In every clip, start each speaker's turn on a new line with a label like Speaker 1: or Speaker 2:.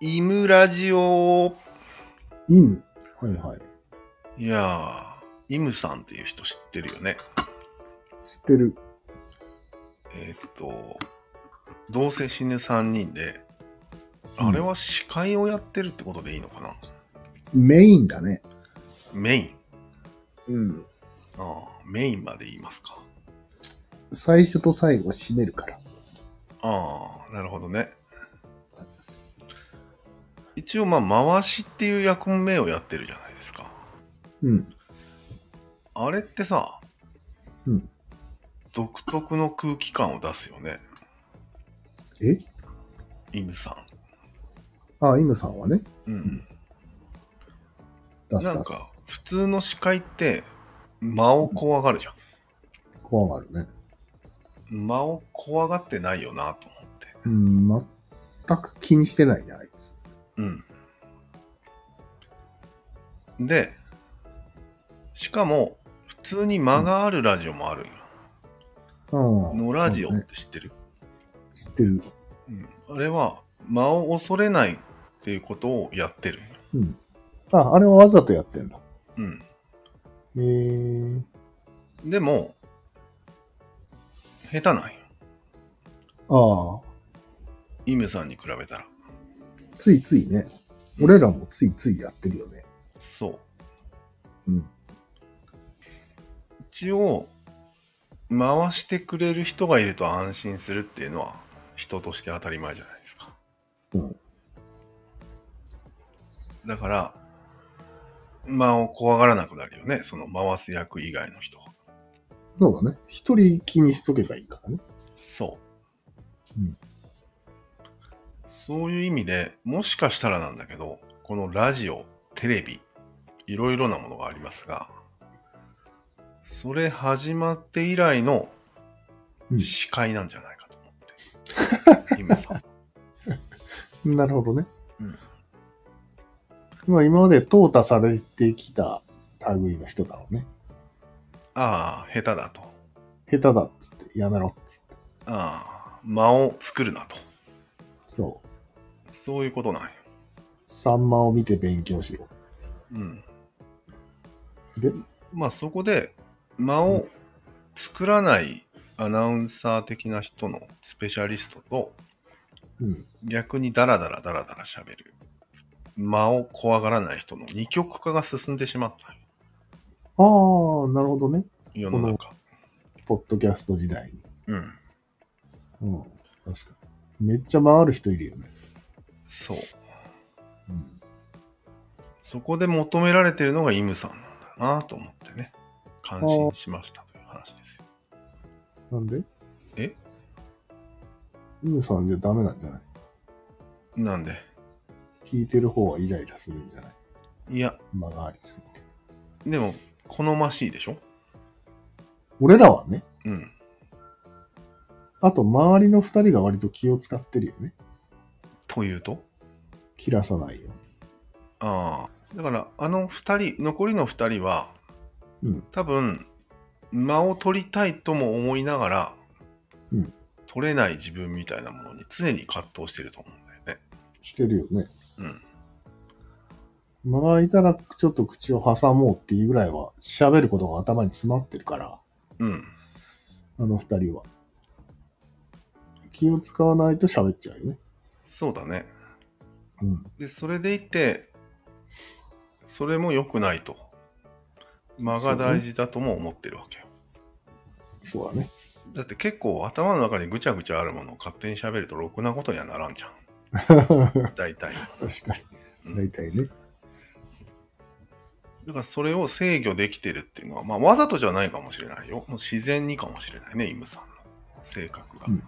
Speaker 1: イムラジオ。
Speaker 2: イム。はいはい。
Speaker 1: いやー、イムさんっていう人知ってるよね。
Speaker 2: 知ってる。
Speaker 1: えーっと、どうせ死ぬ3人で、
Speaker 2: うん
Speaker 1: あれは司会をやってるってことでいいのかな、
Speaker 2: メインだね。
Speaker 1: メイン。
Speaker 2: うん。
Speaker 1: ああ、メインまで言いますか。
Speaker 2: 最初と最後締めるから。
Speaker 1: ああ、なるほどね。一応、まあ、回しっていう役目をやってるじゃないですか。
Speaker 2: うん。
Speaker 1: あれってさ、
Speaker 2: うん
Speaker 1: 独特の空気感を出すよね、
Speaker 2: え
Speaker 1: イムさ
Speaker 2: あ、イムさんはね。
Speaker 1: ん。うん。
Speaker 2: 出す
Speaker 1: なん
Speaker 2: 出す。
Speaker 1: か、普通の司会って、間を怖がるじゃん。
Speaker 2: 怖がるね。
Speaker 1: 間を怖がってないよなと思って。
Speaker 2: うん、全く気にしてないね、あいつ。
Speaker 1: うん。で、しかも、普通に間があるラジオもあるよ。
Speaker 2: ああ。
Speaker 1: のラジオ
Speaker 2: そ
Speaker 1: っ
Speaker 2: うね
Speaker 1: て知ってる、
Speaker 2: 知ってる。
Speaker 1: うん。あれは、間を恐れないっていうことをやってる。
Speaker 2: うん。あ、あれはわざとやってんだ。
Speaker 1: うん。
Speaker 2: へえ。
Speaker 1: でも、下手なんよ。
Speaker 2: ああ。
Speaker 1: イムさんに比べたら。
Speaker 2: ついついね。俺らもついついやってるよね。
Speaker 1: そう。
Speaker 2: うん。
Speaker 1: 一応、回してくれる人がいると安心するっていうのは、人として当たり前じゃないですか。
Speaker 2: うん
Speaker 1: だから、間を怖がらなくなるよね。その回す役以外の人は。
Speaker 2: そうだね。一人気にしとけばいいからね。
Speaker 1: そう。
Speaker 2: うん
Speaker 1: そういう意味で、もしかしたらなんだけど、このラジオ、テレビ、いろいろなものがありますが、それ始まって以来の
Speaker 2: うん
Speaker 1: 司会なんじゃないかと思って。今さ ん。
Speaker 2: なるほどね。
Speaker 1: うん
Speaker 2: まあ今まで淘汰されてきた類の人だろうね。
Speaker 1: ああ、下手だと。
Speaker 2: 下手だっつって、やめろっつって。
Speaker 1: ああ、間を作るなと。
Speaker 2: そう。
Speaker 1: そういうことなんよ。
Speaker 2: サンマを見て勉強しろ。
Speaker 1: うん。
Speaker 2: で、
Speaker 1: まあそこで間を作らないアナウンサー的な人のスペシャリストと
Speaker 2: うん。
Speaker 1: 逆にダラダラダラダラ喋る間を怖がらない人の二極化が進んでしまった
Speaker 2: ああ、なるほどね。
Speaker 1: 世の中。
Speaker 2: ポッドキャスト時代に。
Speaker 1: うん。
Speaker 2: うん。確かに。めっちゃ回る人いるよね。
Speaker 1: そう。
Speaker 2: うん。
Speaker 1: そこで求められてるのがイムさんなんだなと思ってね感心しましたという話ですよ。
Speaker 2: なんで
Speaker 1: え
Speaker 2: イムさんじゃダメなんじゃない
Speaker 1: なんで
Speaker 2: 聞いてる方はイライラするんじゃない
Speaker 1: いや
Speaker 2: 間がありすぎて。
Speaker 1: でも好ましいでしょ
Speaker 2: 俺らはね、
Speaker 1: うん。
Speaker 2: あと周りの二人が割と気を使ってるよね。
Speaker 1: というと
Speaker 2: 切らさないよ
Speaker 1: ああ。だから、あの二人、残りの二人は、
Speaker 2: うん
Speaker 1: 多分、間を取りたいとも思いながら、
Speaker 2: うん
Speaker 1: 取れない自分みたいなものに常に葛藤してると思うんだよね。
Speaker 2: うにしてるよね。
Speaker 1: うん。
Speaker 2: 間が空いたらちょっと口を挟もうっていうぐらいは喋ることが頭に詰まってるから、
Speaker 1: うん。
Speaker 2: あの二人は。気を使わないと喋っちゃうよね。
Speaker 1: そうだね。
Speaker 2: うん。
Speaker 1: で、それでいて、それも良くないと。間が大事だとも思ってるわけよ。
Speaker 2: そうだね。
Speaker 1: だって結構頭の中にぐちゃぐちゃあるものを勝手に喋るとろくなことにはならんじゃん。
Speaker 2: 確
Speaker 1: 大体。
Speaker 2: か
Speaker 1: う
Speaker 2: に。
Speaker 1: ん
Speaker 2: 大体ね。
Speaker 1: だからそれを制御できてるっていうのは、まあわざとじゃないかもしれないよ。もう自然にかもしれないね、イムさんの性格が。
Speaker 2: う
Speaker 1: うん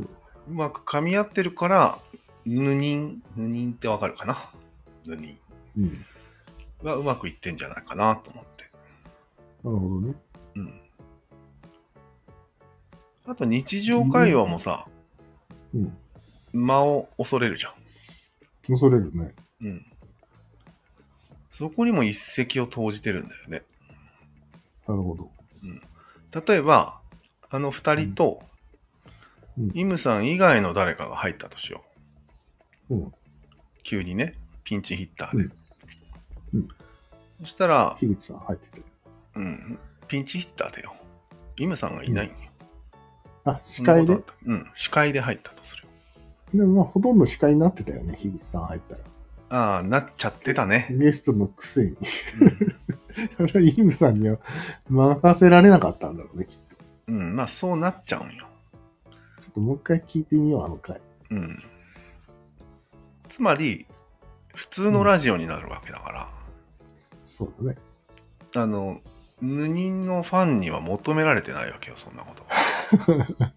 Speaker 2: そう
Speaker 1: まく噛み合ってるから、ヌニン、ヌニンってわかるかなヌニ
Speaker 2: うん。な
Speaker 1: ンがうまくいってんじゃないかなと思って。
Speaker 2: るほどね。
Speaker 1: うん。あと日常会話もさ、
Speaker 2: うん。
Speaker 1: 間を恐れるじゃん。
Speaker 2: 恐れるね。
Speaker 1: うん。そこにも一石を投じてるんだよね。
Speaker 2: なるほど。
Speaker 1: 例えば、あの二人と、
Speaker 2: うんうん
Speaker 1: イムさん以外の誰かが入ったとしよ
Speaker 2: うん。
Speaker 1: 急にね、ピンチヒッターで。
Speaker 2: うんうん
Speaker 1: そしたら、
Speaker 2: 樋口さん入ってて。
Speaker 1: うん、ピンチヒッターだよ。イムさんがいないんよ
Speaker 2: あ、司会
Speaker 1: そん
Speaker 2: で
Speaker 1: な。ことあったうん、司会で入ったとするよ。
Speaker 2: でもまあ、ほとんど司会になってたよね、樋口さん入ったら。
Speaker 1: ああ、なっちゃってたね。
Speaker 2: ゲストのくせに。 それはイムさんには任せられなかったんだろうね、きっと。
Speaker 1: うん、まあそうなっちゃうんよ。
Speaker 2: ちょっともう一回聞いてみよう、あの回。
Speaker 1: うん。つまり、普通のラジオになるわけだから、
Speaker 2: そうだね。
Speaker 1: あの、無人のファンには求められてないわけよ、そんなことは。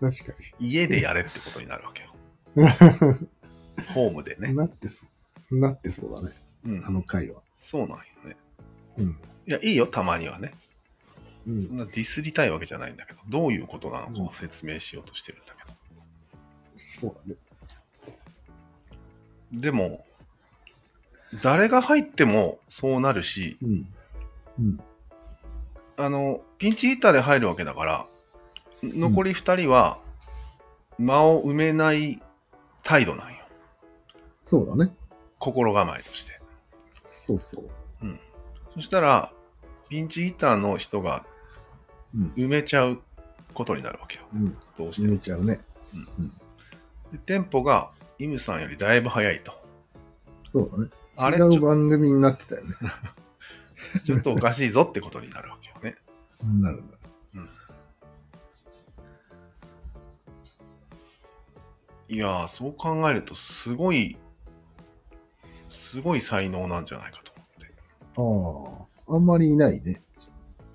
Speaker 2: 確か
Speaker 1: 家でやれってことになるわけよ。ホームで
Speaker 2: に。
Speaker 1: ね。
Speaker 2: なってそう。なってそうだね、
Speaker 1: う
Speaker 2: あの
Speaker 1: ん。
Speaker 2: 回は。
Speaker 1: そうなんよね。
Speaker 2: うん。
Speaker 1: いや、いいよ、たまにはね。
Speaker 2: うん
Speaker 1: そんなディスりたいわけじゃないんだけど、どういうことなのかを説明しようとしてるんだけど。
Speaker 2: そうだね。
Speaker 1: でも、誰が入ってもそうなるし、
Speaker 2: うん。うん。
Speaker 1: あの、ピンチヒッターで入るわけだから、残り2人は間を埋めない態度なんよ。
Speaker 2: そうだね。
Speaker 1: 心構えとして。
Speaker 2: そうそう。
Speaker 1: そしたら、ピンチヒッターの人が
Speaker 2: うん。
Speaker 1: 埋めちゃうことになるわけよ。
Speaker 2: うん。
Speaker 1: どうして
Speaker 2: 埋め
Speaker 1: も。
Speaker 2: ちゃうね。
Speaker 1: でテンポがイムさんよりだいぶ早いと。
Speaker 2: そうだね。
Speaker 1: あれ
Speaker 2: 違う番組になってたよね。
Speaker 1: ちょっとおかしいぞってことになるわけよね。
Speaker 2: なるほど。
Speaker 1: いやー、そう考えるとすごい、すごい才能なんじゃないかと思って。
Speaker 2: ああ。あんまりいないね。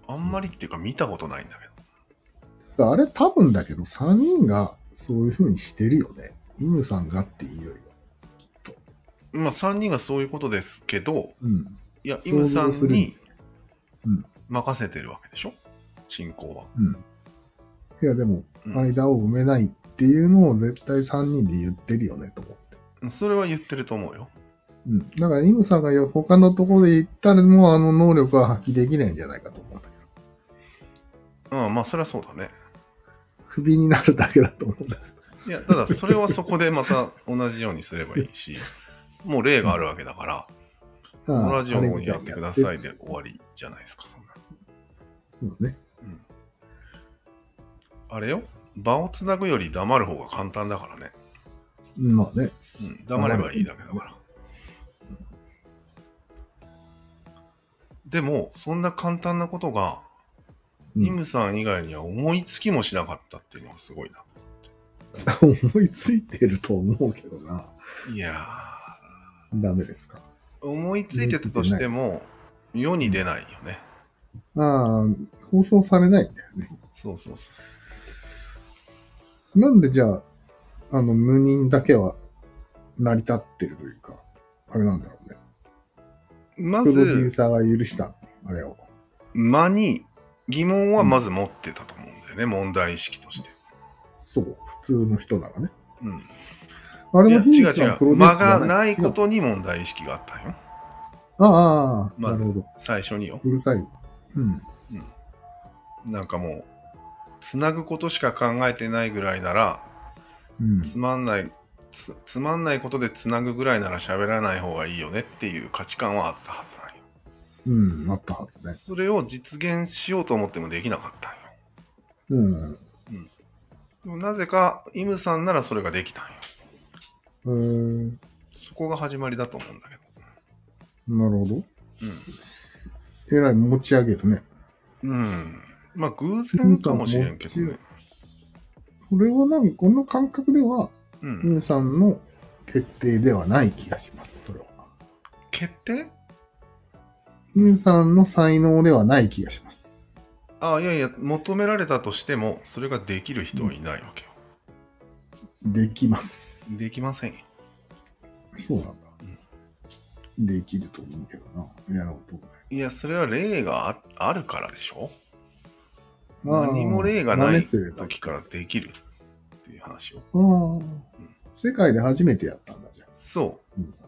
Speaker 1: あんまりっていうか見たことないんだけど。
Speaker 2: あれ多分だけど、3人がそういう風にしてるよね。イムさんがっていうよりは。
Speaker 1: まあ3人がそういうことですけど、
Speaker 2: うん。
Speaker 1: いや、イ
Speaker 2: 想像
Speaker 1: ムさん
Speaker 2: する
Speaker 1: に
Speaker 2: うん
Speaker 1: 任せてるわけでしょ進行は。
Speaker 2: うん。いや、でも、
Speaker 1: うん
Speaker 2: 間を埋めないっていうのを絶対3人で言ってるよね、と思って。
Speaker 1: それは言ってると思うよ。
Speaker 2: うん。だから、イムさんがよ他のところで言ったら、もうあの能力は発揮できないんじゃないかと思うんだけど。
Speaker 1: うん、まあそりゃそうだね。
Speaker 2: クビになるだけだと思うんだ。
Speaker 1: いや、ただそれはそこでまた同じようにすればいいし、もう例があるわけだから、
Speaker 2: ああ
Speaker 1: ラジオの方にやってくださいで。終わりじゃないですか、そんな。
Speaker 2: そうね。
Speaker 1: あれよ場をつなぐより黙る方が簡単だからね。
Speaker 2: うんまあね。
Speaker 1: うん、黙ればいいだけだから。でも、そんな簡単なことが、
Speaker 2: うん
Speaker 1: イムさん以外には思いつきもしなかったっていうのがすごいな。
Speaker 2: 思いついてると思うけどな。
Speaker 1: いや
Speaker 2: ダメですか。
Speaker 1: ー、思いついてたとしても、世に出ないよね。
Speaker 2: ああ、放送されないんだよね。
Speaker 1: そうそうそう。
Speaker 2: なんでじゃあ、あの、無人だけは成り立ってるというか、あれなんだろうね。
Speaker 1: ま
Speaker 2: プロデュー
Speaker 1: ず、
Speaker 2: サーが許した、あれを。
Speaker 1: 間に疑問はまず持ってたと思うんだよね、問題意識として。
Speaker 2: そう、普通の人ならね。
Speaker 1: うん。
Speaker 2: あ
Speaker 1: い
Speaker 2: れ
Speaker 1: や、
Speaker 2: も
Speaker 1: 違う
Speaker 2: 樋口さんプ
Speaker 1: 違
Speaker 2: ロ
Speaker 1: う。
Speaker 2: デュー
Speaker 1: 間
Speaker 2: スじゃ
Speaker 1: がないこ。
Speaker 2: 違う
Speaker 1: とに問題意識があったんよ。
Speaker 2: ああ、
Speaker 1: ま
Speaker 2: な
Speaker 1: ず
Speaker 2: るほど。
Speaker 1: 最初によ。
Speaker 2: うるさい。うん。
Speaker 1: うん。なんかもう、つなぐことしか考えてないぐらいなら、
Speaker 2: うん。
Speaker 1: つまんない、つつまんないことでつなぐぐらいなら喋らない方がいいよねっていう価値観はあったはずなんよ。
Speaker 2: うん、なったはずね。
Speaker 1: それを実現しようと思ってもできなかったんよ。
Speaker 2: うん。
Speaker 1: でもなぜか、イムさんならそれができたんよ。
Speaker 2: えー、
Speaker 1: そこが始まりだと思うんだけど。
Speaker 2: なるほど。
Speaker 1: うん。
Speaker 2: えらい持ち上げるね。
Speaker 1: うん。まあ、偶然かもしれんけどね。
Speaker 2: これはなんか、この感覚では、
Speaker 1: う
Speaker 2: イ
Speaker 1: ん。
Speaker 2: ムさんの決定ではない気がします、それは。
Speaker 1: 決定
Speaker 2: イムさんの才能ではない気がします。
Speaker 1: ああ、いやいや、求められたとしても、それができる人はいないわけよ。
Speaker 2: できます。
Speaker 1: できませんよ。
Speaker 2: そうなんだ。できると思うけどな。やろうと思う。
Speaker 1: いや、それは例がああるからでしょ何も例が
Speaker 2: あー
Speaker 1: な
Speaker 2: 真
Speaker 1: い
Speaker 2: 似すれば
Speaker 1: 時からできるっていう話を。
Speaker 2: ああ。世界で初めてやったんだじゃん。
Speaker 1: そう。
Speaker 2: イムさん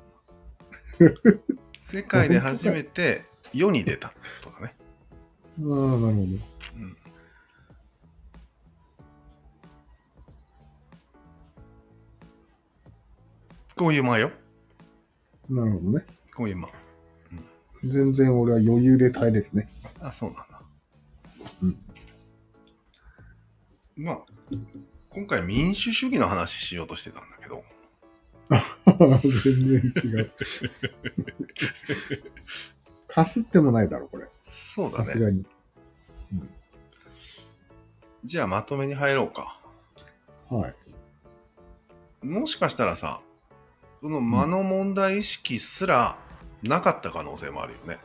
Speaker 1: 世界で初めて世に出たってことだね。
Speaker 2: ああ、なるほど。
Speaker 1: うんこういう間よ。
Speaker 2: なるほどね。
Speaker 1: こういうまあ
Speaker 2: 全然俺は余裕で耐えれるね。
Speaker 1: あ、そうなんだ。
Speaker 2: うん。
Speaker 1: まあ、今回民主主義の話しようとしてたんだけど、
Speaker 2: 全然違 う。かすってもないだろ、これ。
Speaker 1: そう
Speaker 2: さ
Speaker 1: だ
Speaker 2: す
Speaker 1: ね。
Speaker 2: がに。
Speaker 1: じゃあまとめに入ろうか。
Speaker 2: はい。
Speaker 1: もしかしたらさ、その間の問題意識すらなかった可能性もあるよね。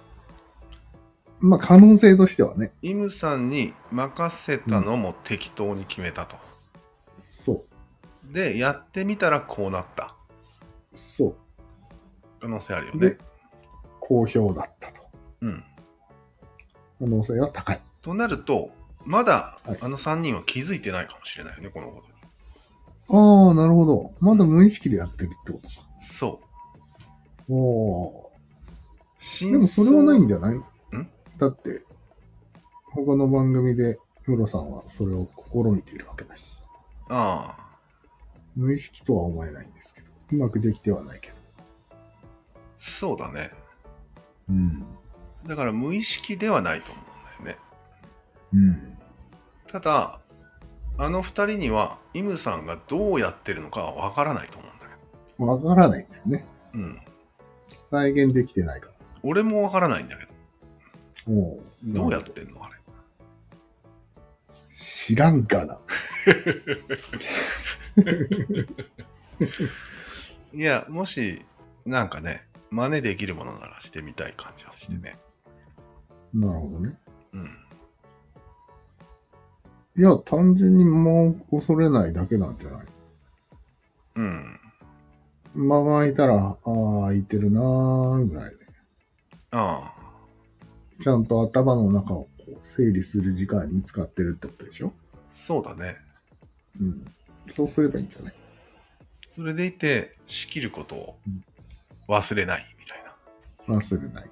Speaker 2: まあ、可能性としてはね。
Speaker 1: イムさんに任せたのも適当に決めたと。
Speaker 2: そ
Speaker 1: で、やってみたらこうなった
Speaker 2: う。そ
Speaker 1: 可能性あるよ
Speaker 2: う。
Speaker 1: ね
Speaker 2: で。、好評だったと。
Speaker 1: うん。
Speaker 2: 可能性は高い。
Speaker 1: となると、まだ
Speaker 2: はい
Speaker 1: あの3人は気づいてないかもしれないよね、このことに。
Speaker 2: ああ、なるほど。まだ無意識でやってるってことか。
Speaker 1: そう。
Speaker 2: おー
Speaker 1: 真
Speaker 2: でもそれはないんじゃない
Speaker 1: ん
Speaker 2: だって、他の番組でムロさんはそれを試みているわけだし。
Speaker 1: あ
Speaker 2: 無意識とは思えないんですけど。うまくできてはないけど。
Speaker 1: あ、そうだね。
Speaker 2: うん。
Speaker 1: だから無意識ではないと思うんだよね。
Speaker 2: うん。
Speaker 1: ただ、あの二人には、イムさんがどうやってるのかはわからないと思うんだけ
Speaker 2: わからないんだよね。
Speaker 1: ど。うん。
Speaker 2: 再現できてないから。
Speaker 1: 俺もわからないんだけど。
Speaker 2: おう
Speaker 1: どうやってんのあれ。
Speaker 2: 知らんかな。
Speaker 1: いや、もし、なんかね、真似できるものならしてみたい感じはしてね。
Speaker 2: なるほどね。
Speaker 1: うん。
Speaker 2: いや、単純に間を恐れないだけなんじゃない
Speaker 1: うん。
Speaker 2: 間が空いたら、ああ、空いてるなーぐらいで。
Speaker 1: あ
Speaker 2: ちゃんと頭の中をこう整理する時間に使ってるってことでしょ
Speaker 1: あ、そうだね。
Speaker 2: うん。そうすればいいんじゃない
Speaker 1: それでいて、仕切ることを
Speaker 2: うん
Speaker 1: 忘れないみたいな。
Speaker 2: 忘れない。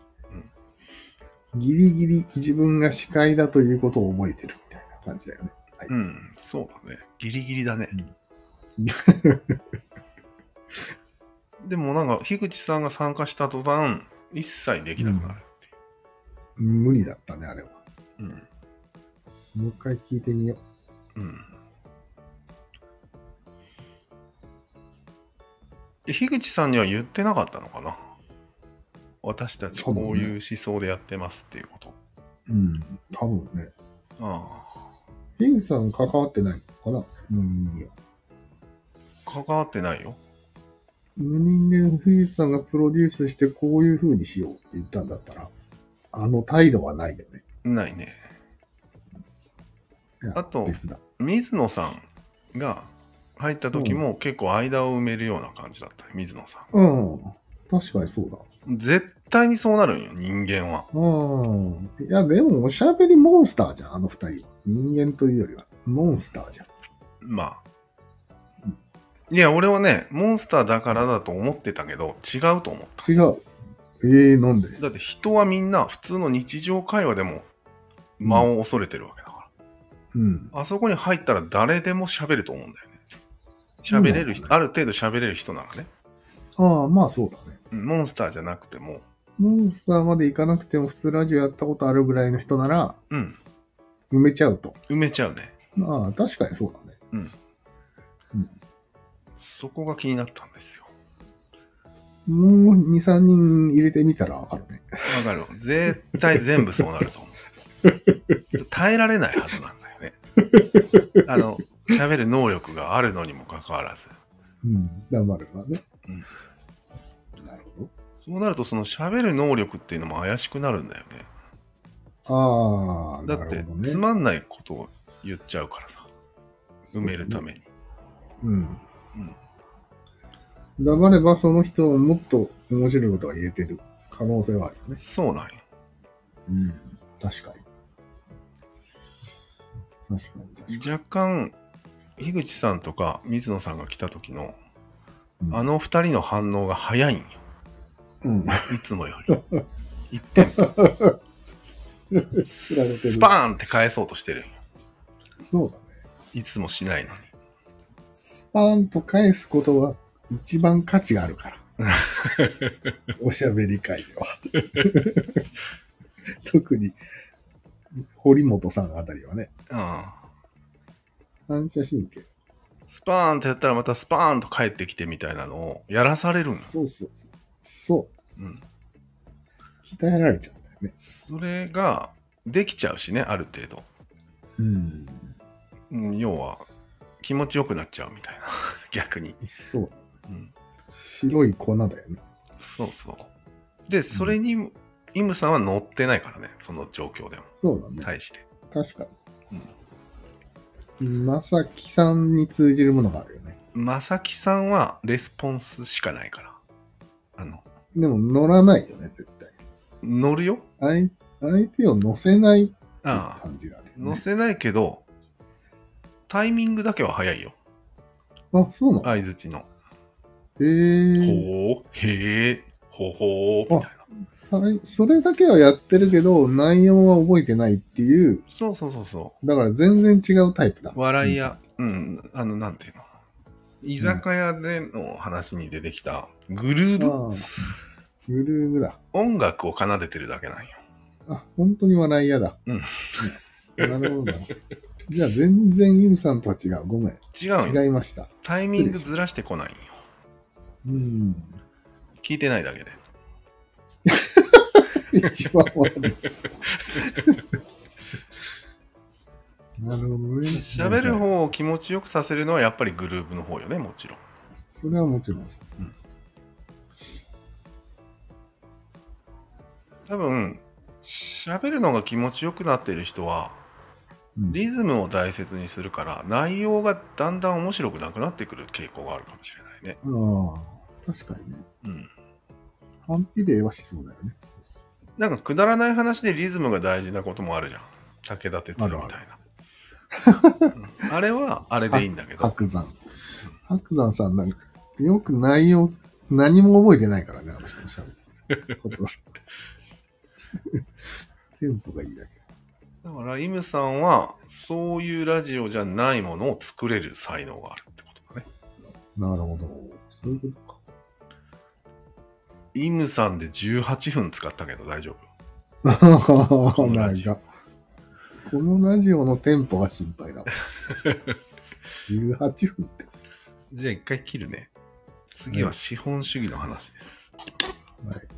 Speaker 2: ギリギリ自分が視界だということを覚えてるみたいな感じだよね。あいつ
Speaker 1: うん、そうだね。ギリギリだね。 でもなんか、樋口さんが参加した途端、一切できなくなるってい
Speaker 2: 無理だったね、あれは。
Speaker 1: う。
Speaker 2: もう一回聞いてみよ
Speaker 1: うん。うん。で樋口さんには言ってなかったのかな私たちこういう思想でやってますっていうこと。
Speaker 2: う。うん。多分ね。
Speaker 1: あ
Speaker 2: ヒンさん関わってないのかな無人には。
Speaker 1: あ、関わってないよ。
Speaker 2: 無人でヒンさんがプロデュースしてこういう風にしようって言ったんだったら、あの態度はないよね。
Speaker 1: ないね。
Speaker 2: いや
Speaker 1: あと
Speaker 2: 別だ。
Speaker 1: 水野さんが入った時も結構間を埋めるような感じだった、水野さ
Speaker 2: うん。確かにそうだ。
Speaker 1: ん。絶対にそうなるんよ、人間は。
Speaker 2: うん。いや、でもおしゃべりモンスターじゃん、あの二人は。人間というよりは、モンスターじゃん。
Speaker 1: まあ。いや、俺はね、モンスターだからだと思ってたけど、違うと思っ
Speaker 2: 違う。ええなんで
Speaker 1: た。だって人はみんな普通の日常会話でも間を恐れてるわけだから。
Speaker 2: うん。
Speaker 1: あそこに入ったら誰でも喋ると思うんだよね。喋れる人、ある程度喋れる人ならね。
Speaker 2: ああ、まあそうだね。
Speaker 1: うんモンスターじゃなくても、
Speaker 2: モンスターまで行かなくても普通ラジオやったことあるぐらいの人なら、
Speaker 1: うん、
Speaker 2: 埋めちゃうと。
Speaker 1: 埋めちゃうね。
Speaker 2: ああ、確かにそうだね。
Speaker 1: そこが気になったんですよ。
Speaker 2: もう2、3人入れてみたらわかるね。
Speaker 1: わかるわ。絶対全部そうなると思う。耐えられないはずなんだよね。あの、喋る能力があるのにもかかわらず。
Speaker 2: うん。黙るわね。
Speaker 1: うん
Speaker 2: なるほ
Speaker 1: そうなると、その喋る能力っていうのも怪しくなるんだよね。
Speaker 2: ど。ああ、
Speaker 1: だって、
Speaker 2: なるほどね
Speaker 1: つまんないことを言っちゃうからさ。埋めるために。
Speaker 2: うん。黙ればその人をもっと面白いことが言えてる可能性はあるよね。
Speaker 1: そうなんよ。
Speaker 2: うん。確かに。確かに、確かに。
Speaker 1: 若干、樋口さんとか水野さんが来た時の、
Speaker 2: うん
Speaker 1: あの二人の反応が早いんよ。
Speaker 2: うん。
Speaker 1: いつもより。一点。スパーンって返そうとしてるんよ。
Speaker 2: そうだね。
Speaker 1: いつもしないのに。
Speaker 2: スパーンと返すことが一番価値があるから。おしゃべり会では。 特に、堀本さんあたりはね、
Speaker 1: うん。
Speaker 2: 反射神経。
Speaker 1: スパーンとやったらまたスパーンと帰ってきてみたいなのをやらされるの。
Speaker 2: そうそうそう。そ
Speaker 1: うん。
Speaker 2: う。鍛えられちゃうんだよね。
Speaker 1: それができちゃうしね、ある程度。
Speaker 2: うん。
Speaker 1: うん、要は気持ちよくなっちゃうみたいな。 逆に。
Speaker 2: そう。
Speaker 1: うん。
Speaker 2: 白い粉だよね。
Speaker 1: そうそう。で、それに、イムさんは乗ってないからね、その状況でも。
Speaker 2: そうだね。
Speaker 1: 対して。
Speaker 2: 確かに。まさきさんに通じるものがあるよね。
Speaker 1: まさきさんはレスポンスしかないから。あの、
Speaker 2: でも乗らないよね、絶対。
Speaker 1: 乗るよ
Speaker 2: 相相手を乗せないって
Speaker 1: ああ。
Speaker 2: 感じがあるよね、
Speaker 1: 乗せないけど、タイミングだけは早いよ。
Speaker 2: あ、そうなの
Speaker 1: 相づちの。
Speaker 2: へえ。
Speaker 1: ほう、へえ、ほほー、みたいな。
Speaker 2: はいそれだけはやってるけど、内容は覚えてないっていう、
Speaker 1: そうそうそうそ
Speaker 2: だから全然違うタイプだ。
Speaker 1: う。笑いや、うん、あの、なんていうの。居酒屋での話に出てきたグルー
Speaker 2: あ
Speaker 1: ブ、
Speaker 2: あ。グルーブだ。
Speaker 1: 音楽を奏でてるだけなんよ。
Speaker 2: あ、本当に笑い屋だ。
Speaker 1: うん
Speaker 2: うん。なるほどな。じゃあ全然イムさんとは違う。ごめん。
Speaker 1: 違うんよ。
Speaker 2: 違いました。
Speaker 1: タイミングずらしてこないんよ。
Speaker 2: うん。
Speaker 1: 聞いてないだけで。
Speaker 2: 一番 悪い。なるほどね。
Speaker 1: 喋る方を気持ちよくさせるのはやっぱりグルーブの方よね、もちろん。
Speaker 2: それはもちろんです。
Speaker 1: 多分、喋るのが気持ちよくなっている人は、
Speaker 2: うん
Speaker 1: リズムを大切にするから、内容がだんだん面白くなくなってくる傾向があるかもしれないね。
Speaker 2: ああ、確かにね。
Speaker 1: うん。
Speaker 2: 反比例はしそうだよね。
Speaker 1: なんかくだらない話でリズムが大事なこともあるじゃん。武田鉄矢みたいな。うんあれはあれでいいんだけど、
Speaker 2: 白山。白山さんなんか、よく内容、何も覚えてないからね、あの人の喋 ること。テンポがいいだけ。
Speaker 1: だからイムさんはそういうラジオじゃないものを作れる才能があるってことだね。
Speaker 2: なるほど。そういうことか。
Speaker 1: イムさんで18分使ったけど大丈夫。
Speaker 2: こ
Speaker 1: のラジオ
Speaker 2: このラジオのテンポが心 配だわ。18分って。
Speaker 1: じゃあ一回切るね。次は資本主義の話です。
Speaker 2: はい。